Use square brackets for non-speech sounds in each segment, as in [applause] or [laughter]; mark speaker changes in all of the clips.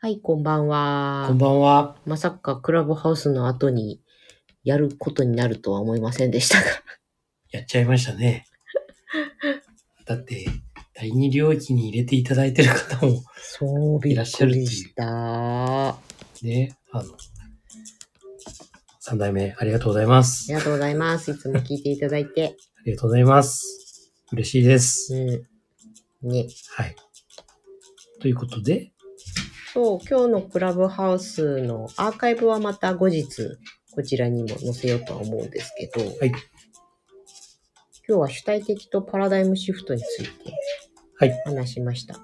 Speaker 1: はい、こんばん
Speaker 2: こ
Speaker 1: は
Speaker 2: ん。ばんは。
Speaker 1: まさかクラブハウスの後にやることになるとは思いませんでしたが。
Speaker 2: やっちゃいましたね。 [laughs] だって、第二領域に入れていただいてる方も
Speaker 1: そう、び
Speaker 2: いら
Speaker 1: っ
Speaker 2: っしゃ
Speaker 1: く
Speaker 2: るっていう
Speaker 1: りした。あ
Speaker 2: ね、あの、三代目ありがとうございます。
Speaker 1: り
Speaker 2: あ
Speaker 1: がとうございます。いつも聞いていただいて。
Speaker 2: りがとうございます。嬉しいです。
Speaker 1: うん。ね。
Speaker 2: はい。ということで、
Speaker 1: そう、今日のクラブハウスのアーカイブはまた後日、こちらにも載せようとは思うんですけど、
Speaker 2: はい。
Speaker 1: 今日は主体的とパラダイムシフトについて
Speaker 2: はい。
Speaker 1: 話しました。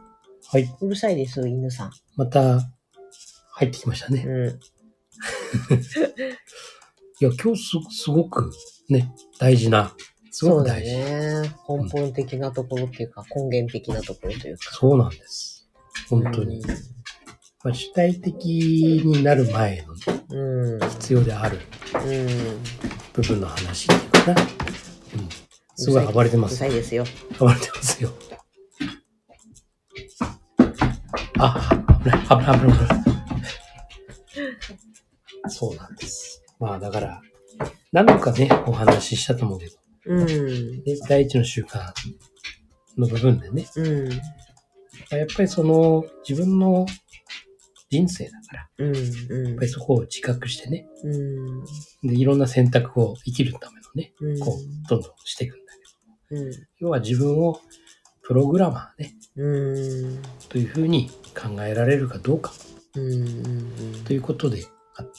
Speaker 2: はい。
Speaker 1: うるさいです、犬さん。
Speaker 2: また、入ってきましたね。
Speaker 1: うん。
Speaker 2: いや、今日す、すごく、ね、大事な、す
Speaker 1: そ
Speaker 2: ご
Speaker 1: う
Speaker 2: く
Speaker 1: だ
Speaker 2: 大事。
Speaker 1: ね。根本的なところっていうか、根源的なところというか。
Speaker 2: そうなんです。本当に。まあ、主体的になる前の
Speaker 1: うん。うん。
Speaker 2: 必要である
Speaker 1: うん。
Speaker 2: 部分の話っていうかな。うん、すごい暴れて
Speaker 1: う
Speaker 2: ま
Speaker 1: る
Speaker 2: す
Speaker 1: さ。いですよ。
Speaker 2: 暴れてますよ。あ、危ない、危ない、危ない、危ない。そうなんです。まあだから、何度かね、お話ししたと思うけど、
Speaker 1: うん。
Speaker 2: ね第一の習慣の部分でね、
Speaker 1: うん。
Speaker 2: まあやっぱりその自分の人生だから、
Speaker 1: う
Speaker 2: や
Speaker 1: ん。
Speaker 2: っぱりそこを自覚してね、
Speaker 1: うん。
Speaker 2: で、いろんな選択を生きるためのね、
Speaker 1: うん。
Speaker 2: こう、どんどんしていくんだけど、
Speaker 1: うん。
Speaker 2: 要は自分をプログラマーね、
Speaker 1: うん。
Speaker 2: というふうに考えられるかどうか
Speaker 1: うん。うん
Speaker 2: ということであって、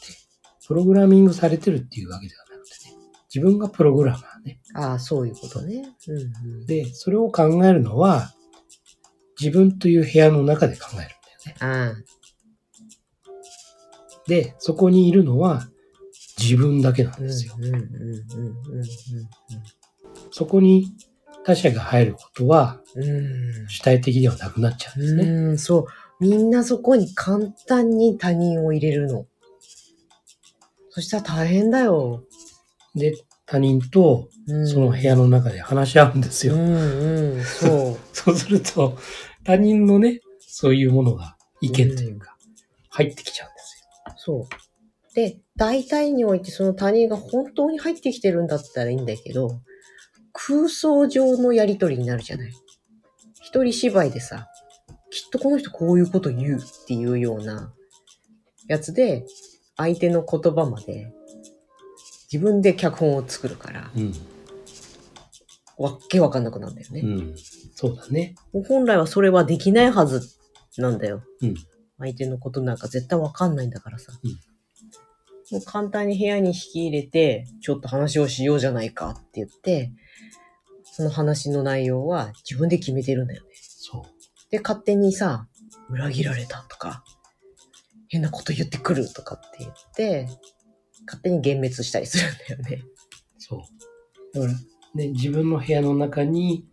Speaker 2: プログラミングされてるっていうわけではなくてね、自分がプログラマーね。
Speaker 1: ああ、そういうことね。うん。うん
Speaker 2: で、それを考えるのは、自分という部屋の中で考えるんだよね。
Speaker 1: ああ、
Speaker 2: で、そこにいるのは自分だけなん
Speaker 1: うん。
Speaker 2: ですよ。
Speaker 1: うん。うん。うん。
Speaker 2: そこに他者が入ることは
Speaker 1: うん。うん。
Speaker 2: 主体的ではなくなっちゃうんですね。
Speaker 1: うん、そう。みんなそこに簡単に他人を入れるの。そしたら大変だよ。
Speaker 2: で、他人と
Speaker 1: うん、
Speaker 2: その部屋の中で話し合うんですよ。
Speaker 1: うんうん、そ
Speaker 2: [laughs] そうすると、他人のね、そういうものが意見というか、入ってきちゃうんですよ。
Speaker 1: う。そう。で、大体においてその他人が本当に入ってきてるんだったらいいんだけど、空想上のやりとりになるじゃない。一人芝居でさ、きっとこの人こういうこと言うっていうようなやつで、相手の言葉まで自分で脚本を作るから、
Speaker 2: うん。
Speaker 1: わっけわかんなくなるんだよね。
Speaker 2: うん。そうだね。
Speaker 1: もう本来はそれはできないはずなんだよ。
Speaker 2: うん
Speaker 1: 相手のことなんか絶対わかんないんだからさ。
Speaker 2: うん
Speaker 1: もう簡単に部屋に引き入れて、ちょっと話をしようじゃないかって言って、その話の内容は自分で決めてるんだよね。
Speaker 2: そう。
Speaker 1: で、勝手にさ、裏切られたとか、変なこと言ってくるとかって言って、勝手に幻滅したりするんだよ
Speaker 2: [laughs]
Speaker 1: ね。
Speaker 2: そう。だから、ね、自分の部屋の中に、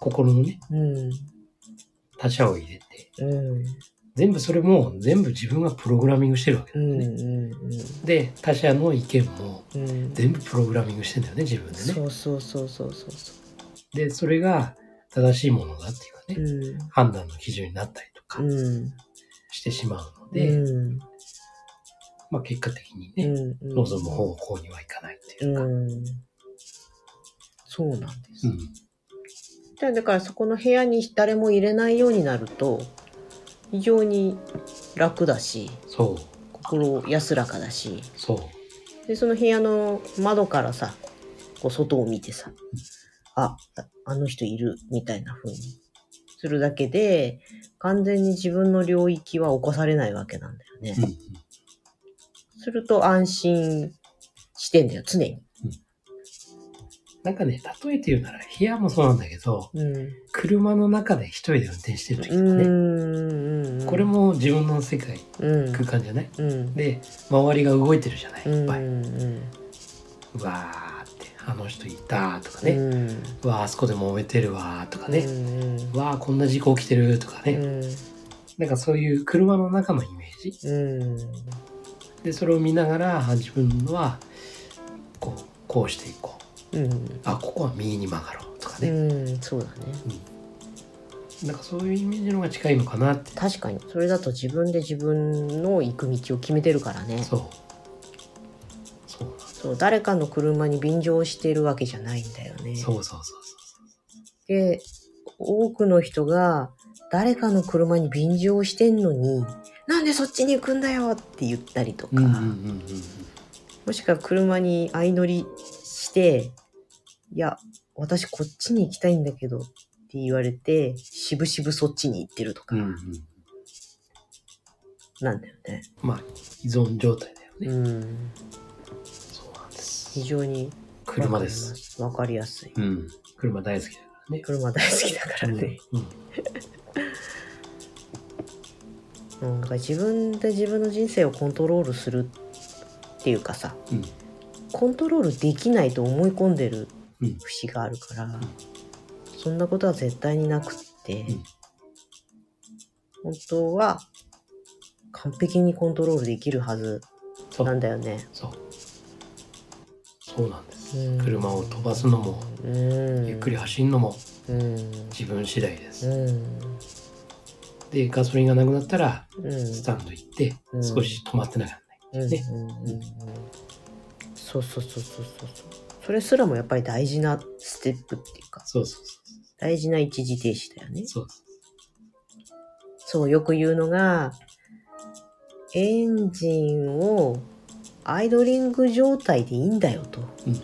Speaker 2: 心のね、他者を入れて、
Speaker 1: うん。うん。
Speaker 2: 全部それも、全部自分がプログラミングしてるわけ
Speaker 1: う
Speaker 2: だよ
Speaker 1: ん。
Speaker 2: ね。
Speaker 1: うん。
Speaker 2: で、他者の意見も、
Speaker 1: うん。うん
Speaker 2: 全部プログラミングしてんだよね、自分で
Speaker 1: そ
Speaker 2: ね。
Speaker 1: うそうそうそうそうそ
Speaker 2: で、それが正しいものだっていうかね、
Speaker 1: う。うん。
Speaker 2: 判断の基準になったりとか
Speaker 1: うん。
Speaker 2: してしまうので、
Speaker 1: うん。
Speaker 2: まあ結果的に
Speaker 1: う
Speaker 2: ね、
Speaker 1: ん。うん
Speaker 2: 望む方向にはいかないっていうか。
Speaker 1: うん。そうなんです。
Speaker 2: うん。
Speaker 1: じゃあだからそこの部屋に誰も入れないようになると、非常に楽だし、
Speaker 2: そう。
Speaker 1: 心安らかだし、
Speaker 2: そう。
Speaker 1: で、その部屋の窓からさ、こう外を見てさ、あ、あの人いる、みたいな風にするだけで、完全に自分の領域は起こされないわけなんだよね。
Speaker 2: うんうん。
Speaker 1: すると安心してんだよ、常に。
Speaker 2: なんかね、例えて言うなら、部屋もそうなんだけど、
Speaker 1: うん。
Speaker 2: 車の中で一人で運転してる時とかね、
Speaker 1: うん
Speaker 2: これ、も自分の世界、
Speaker 1: うん、
Speaker 2: 空間じゃない
Speaker 1: うん、
Speaker 2: で、周りが動いてるじゃないいっぱい。
Speaker 1: うん、
Speaker 2: うわーって、あの人いたとか
Speaker 1: う
Speaker 2: ね、
Speaker 1: ん、
Speaker 2: うわーあそこで揉めてるわーとか
Speaker 1: う
Speaker 2: ね、
Speaker 1: ん、
Speaker 2: うわーこんな事故起きてるとかね、
Speaker 1: うん、
Speaker 2: なんかそういう車の中のイメージ。
Speaker 1: うん、
Speaker 2: で、それを見ながら、あ自分は、こう、こうしていこう。
Speaker 1: うん、
Speaker 2: あ、ここは右に曲がろうとかね。
Speaker 1: うん、そうだね。
Speaker 2: なんかそういうイメージの方が近いのかなって。
Speaker 1: 確かに。それだと自分で自分の行く道を決めてるからね。
Speaker 2: そう。そう
Speaker 1: そう、誰かの車に便乗してるわけじゃないんだよね。
Speaker 2: そうそうそうそう。
Speaker 1: で、多くの人が誰かの車に便乗してんのに、なんでそっちに行くんだよって言ったりとか、
Speaker 2: うんうんうんうんうん。
Speaker 1: もしくは車に相乗りして、いや、私こっちに行きたいんだけどって言われて、しぶしぶそっちに行ってるとか、
Speaker 2: うんうん、
Speaker 1: なんだよね。
Speaker 2: まあ依存状態だよね。
Speaker 1: うん。
Speaker 2: そうなんです
Speaker 1: 非。常に
Speaker 2: 車です。。
Speaker 1: わかりやすい。
Speaker 2: うん。車大好きだからね。
Speaker 1: 車大好きだからね。
Speaker 2: うん。うん
Speaker 1: うん、だから自分で自分の人生をコントロールするっていうかさ、
Speaker 2: うん
Speaker 1: コントロールできないと思い込んでる
Speaker 2: うん
Speaker 1: 節があるから、そんなことは絶対になくって、
Speaker 2: うん
Speaker 1: 本当は完璧にコントロールできるはず
Speaker 2: そ
Speaker 1: なん
Speaker 2: う。
Speaker 1: だよね。
Speaker 2: そう。そうなんです。
Speaker 1: うん
Speaker 2: 車を飛ばすのも、
Speaker 1: うん、
Speaker 2: ゆっくり走るのも
Speaker 1: うん
Speaker 2: 自分次第です。
Speaker 1: うん
Speaker 2: で、ガソリンがなくなったら、
Speaker 1: うん
Speaker 2: スタンド行って
Speaker 1: う、ん
Speaker 2: 少し止まってなきゃな
Speaker 1: う
Speaker 2: らない。
Speaker 1: ん
Speaker 2: ね
Speaker 1: うんうんうんそうそうそうそうそうそうそれすらもやっぱり大事なステップっていうか
Speaker 2: そうそうそう
Speaker 1: 大事な一時停止だよね。
Speaker 2: そう。そう
Speaker 1: そう、よく言うのが、エンジンをアイドリング状態でいいんだよと。
Speaker 2: うん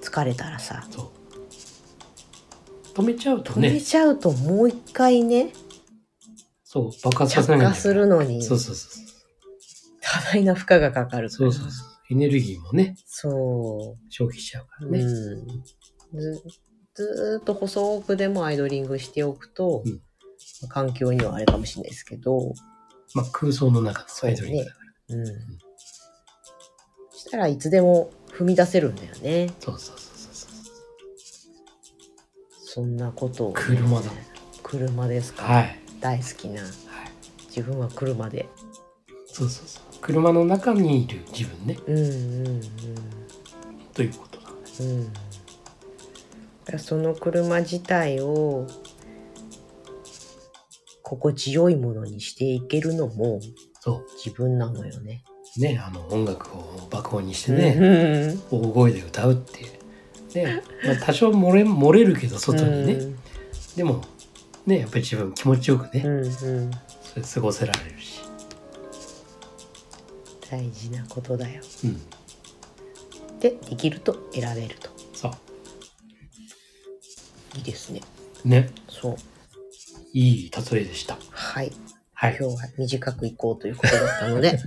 Speaker 1: 疲れたらさ、
Speaker 2: そう。止めちゃうと
Speaker 1: 止め
Speaker 2: ね、
Speaker 1: ちゃうともう一回ね、
Speaker 2: そう、爆発さ
Speaker 1: 着
Speaker 2: せなきゃいけな
Speaker 1: 火
Speaker 2: い
Speaker 1: するのに
Speaker 2: そうそうそう。
Speaker 1: 多大な負荷がかかるか
Speaker 2: そ
Speaker 1: ら。
Speaker 2: うそうそう。エネルギーもね、
Speaker 1: そ
Speaker 2: 消費しちゃうか
Speaker 1: う
Speaker 2: らね。
Speaker 1: うん、ずずーっと細くでもアイドリングしておくと、
Speaker 2: うん
Speaker 1: 環境にはあれかもしれないですけど、
Speaker 2: まあ空想の中のアイドリングだから。
Speaker 1: うん、したらいつでも踏み出せるんだよね。
Speaker 2: そうそうそうそうそう。
Speaker 1: そんなことを、
Speaker 2: 車だ
Speaker 1: 車ですか、
Speaker 2: はい。
Speaker 1: 大好きな
Speaker 2: はい。
Speaker 1: 自分は車で
Speaker 2: そうそうそう。車の中にいる自分ね、
Speaker 1: うんうんうん
Speaker 2: ということなんです。
Speaker 1: うんだからその車自体を心地よいものにしていけるのも
Speaker 2: そ
Speaker 1: 自分なのよね。
Speaker 2: う。ね、あの音楽を爆音にしてね、
Speaker 1: ね、
Speaker 2: 大声で歌うっていう。ね、まあ多少漏れ、漏れるけど、外にね。でも、ね、やっぱり自分気持ちよく
Speaker 1: う
Speaker 2: ね、
Speaker 1: んうん、
Speaker 2: それ過ごせられるし。
Speaker 1: 大事なことだよ。
Speaker 2: うん。
Speaker 1: でできると選べると
Speaker 2: そ
Speaker 1: いいですね。
Speaker 2: う。ね、
Speaker 1: そう
Speaker 2: いい例えでした。
Speaker 1: はい
Speaker 2: はい。
Speaker 1: 今日は短くいこうということだったの [laughs] で、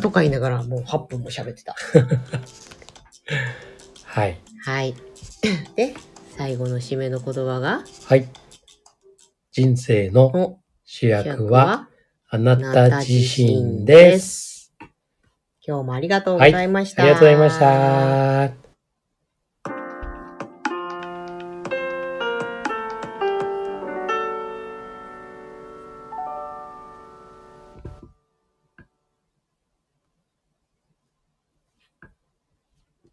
Speaker 1: とか言いながらもう8分も喋ってた。
Speaker 2: はい。
Speaker 1: はい。 [coughs] で、最後の締めの言葉が、
Speaker 2: はい。人生の
Speaker 1: お、
Speaker 2: 主
Speaker 1: 主
Speaker 2: 役
Speaker 1: 役
Speaker 2: は、
Speaker 1: は、
Speaker 2: あなた自身です。
Speaker 1: 今日もありがとうございました。
Speaker 2: ありがとうございました。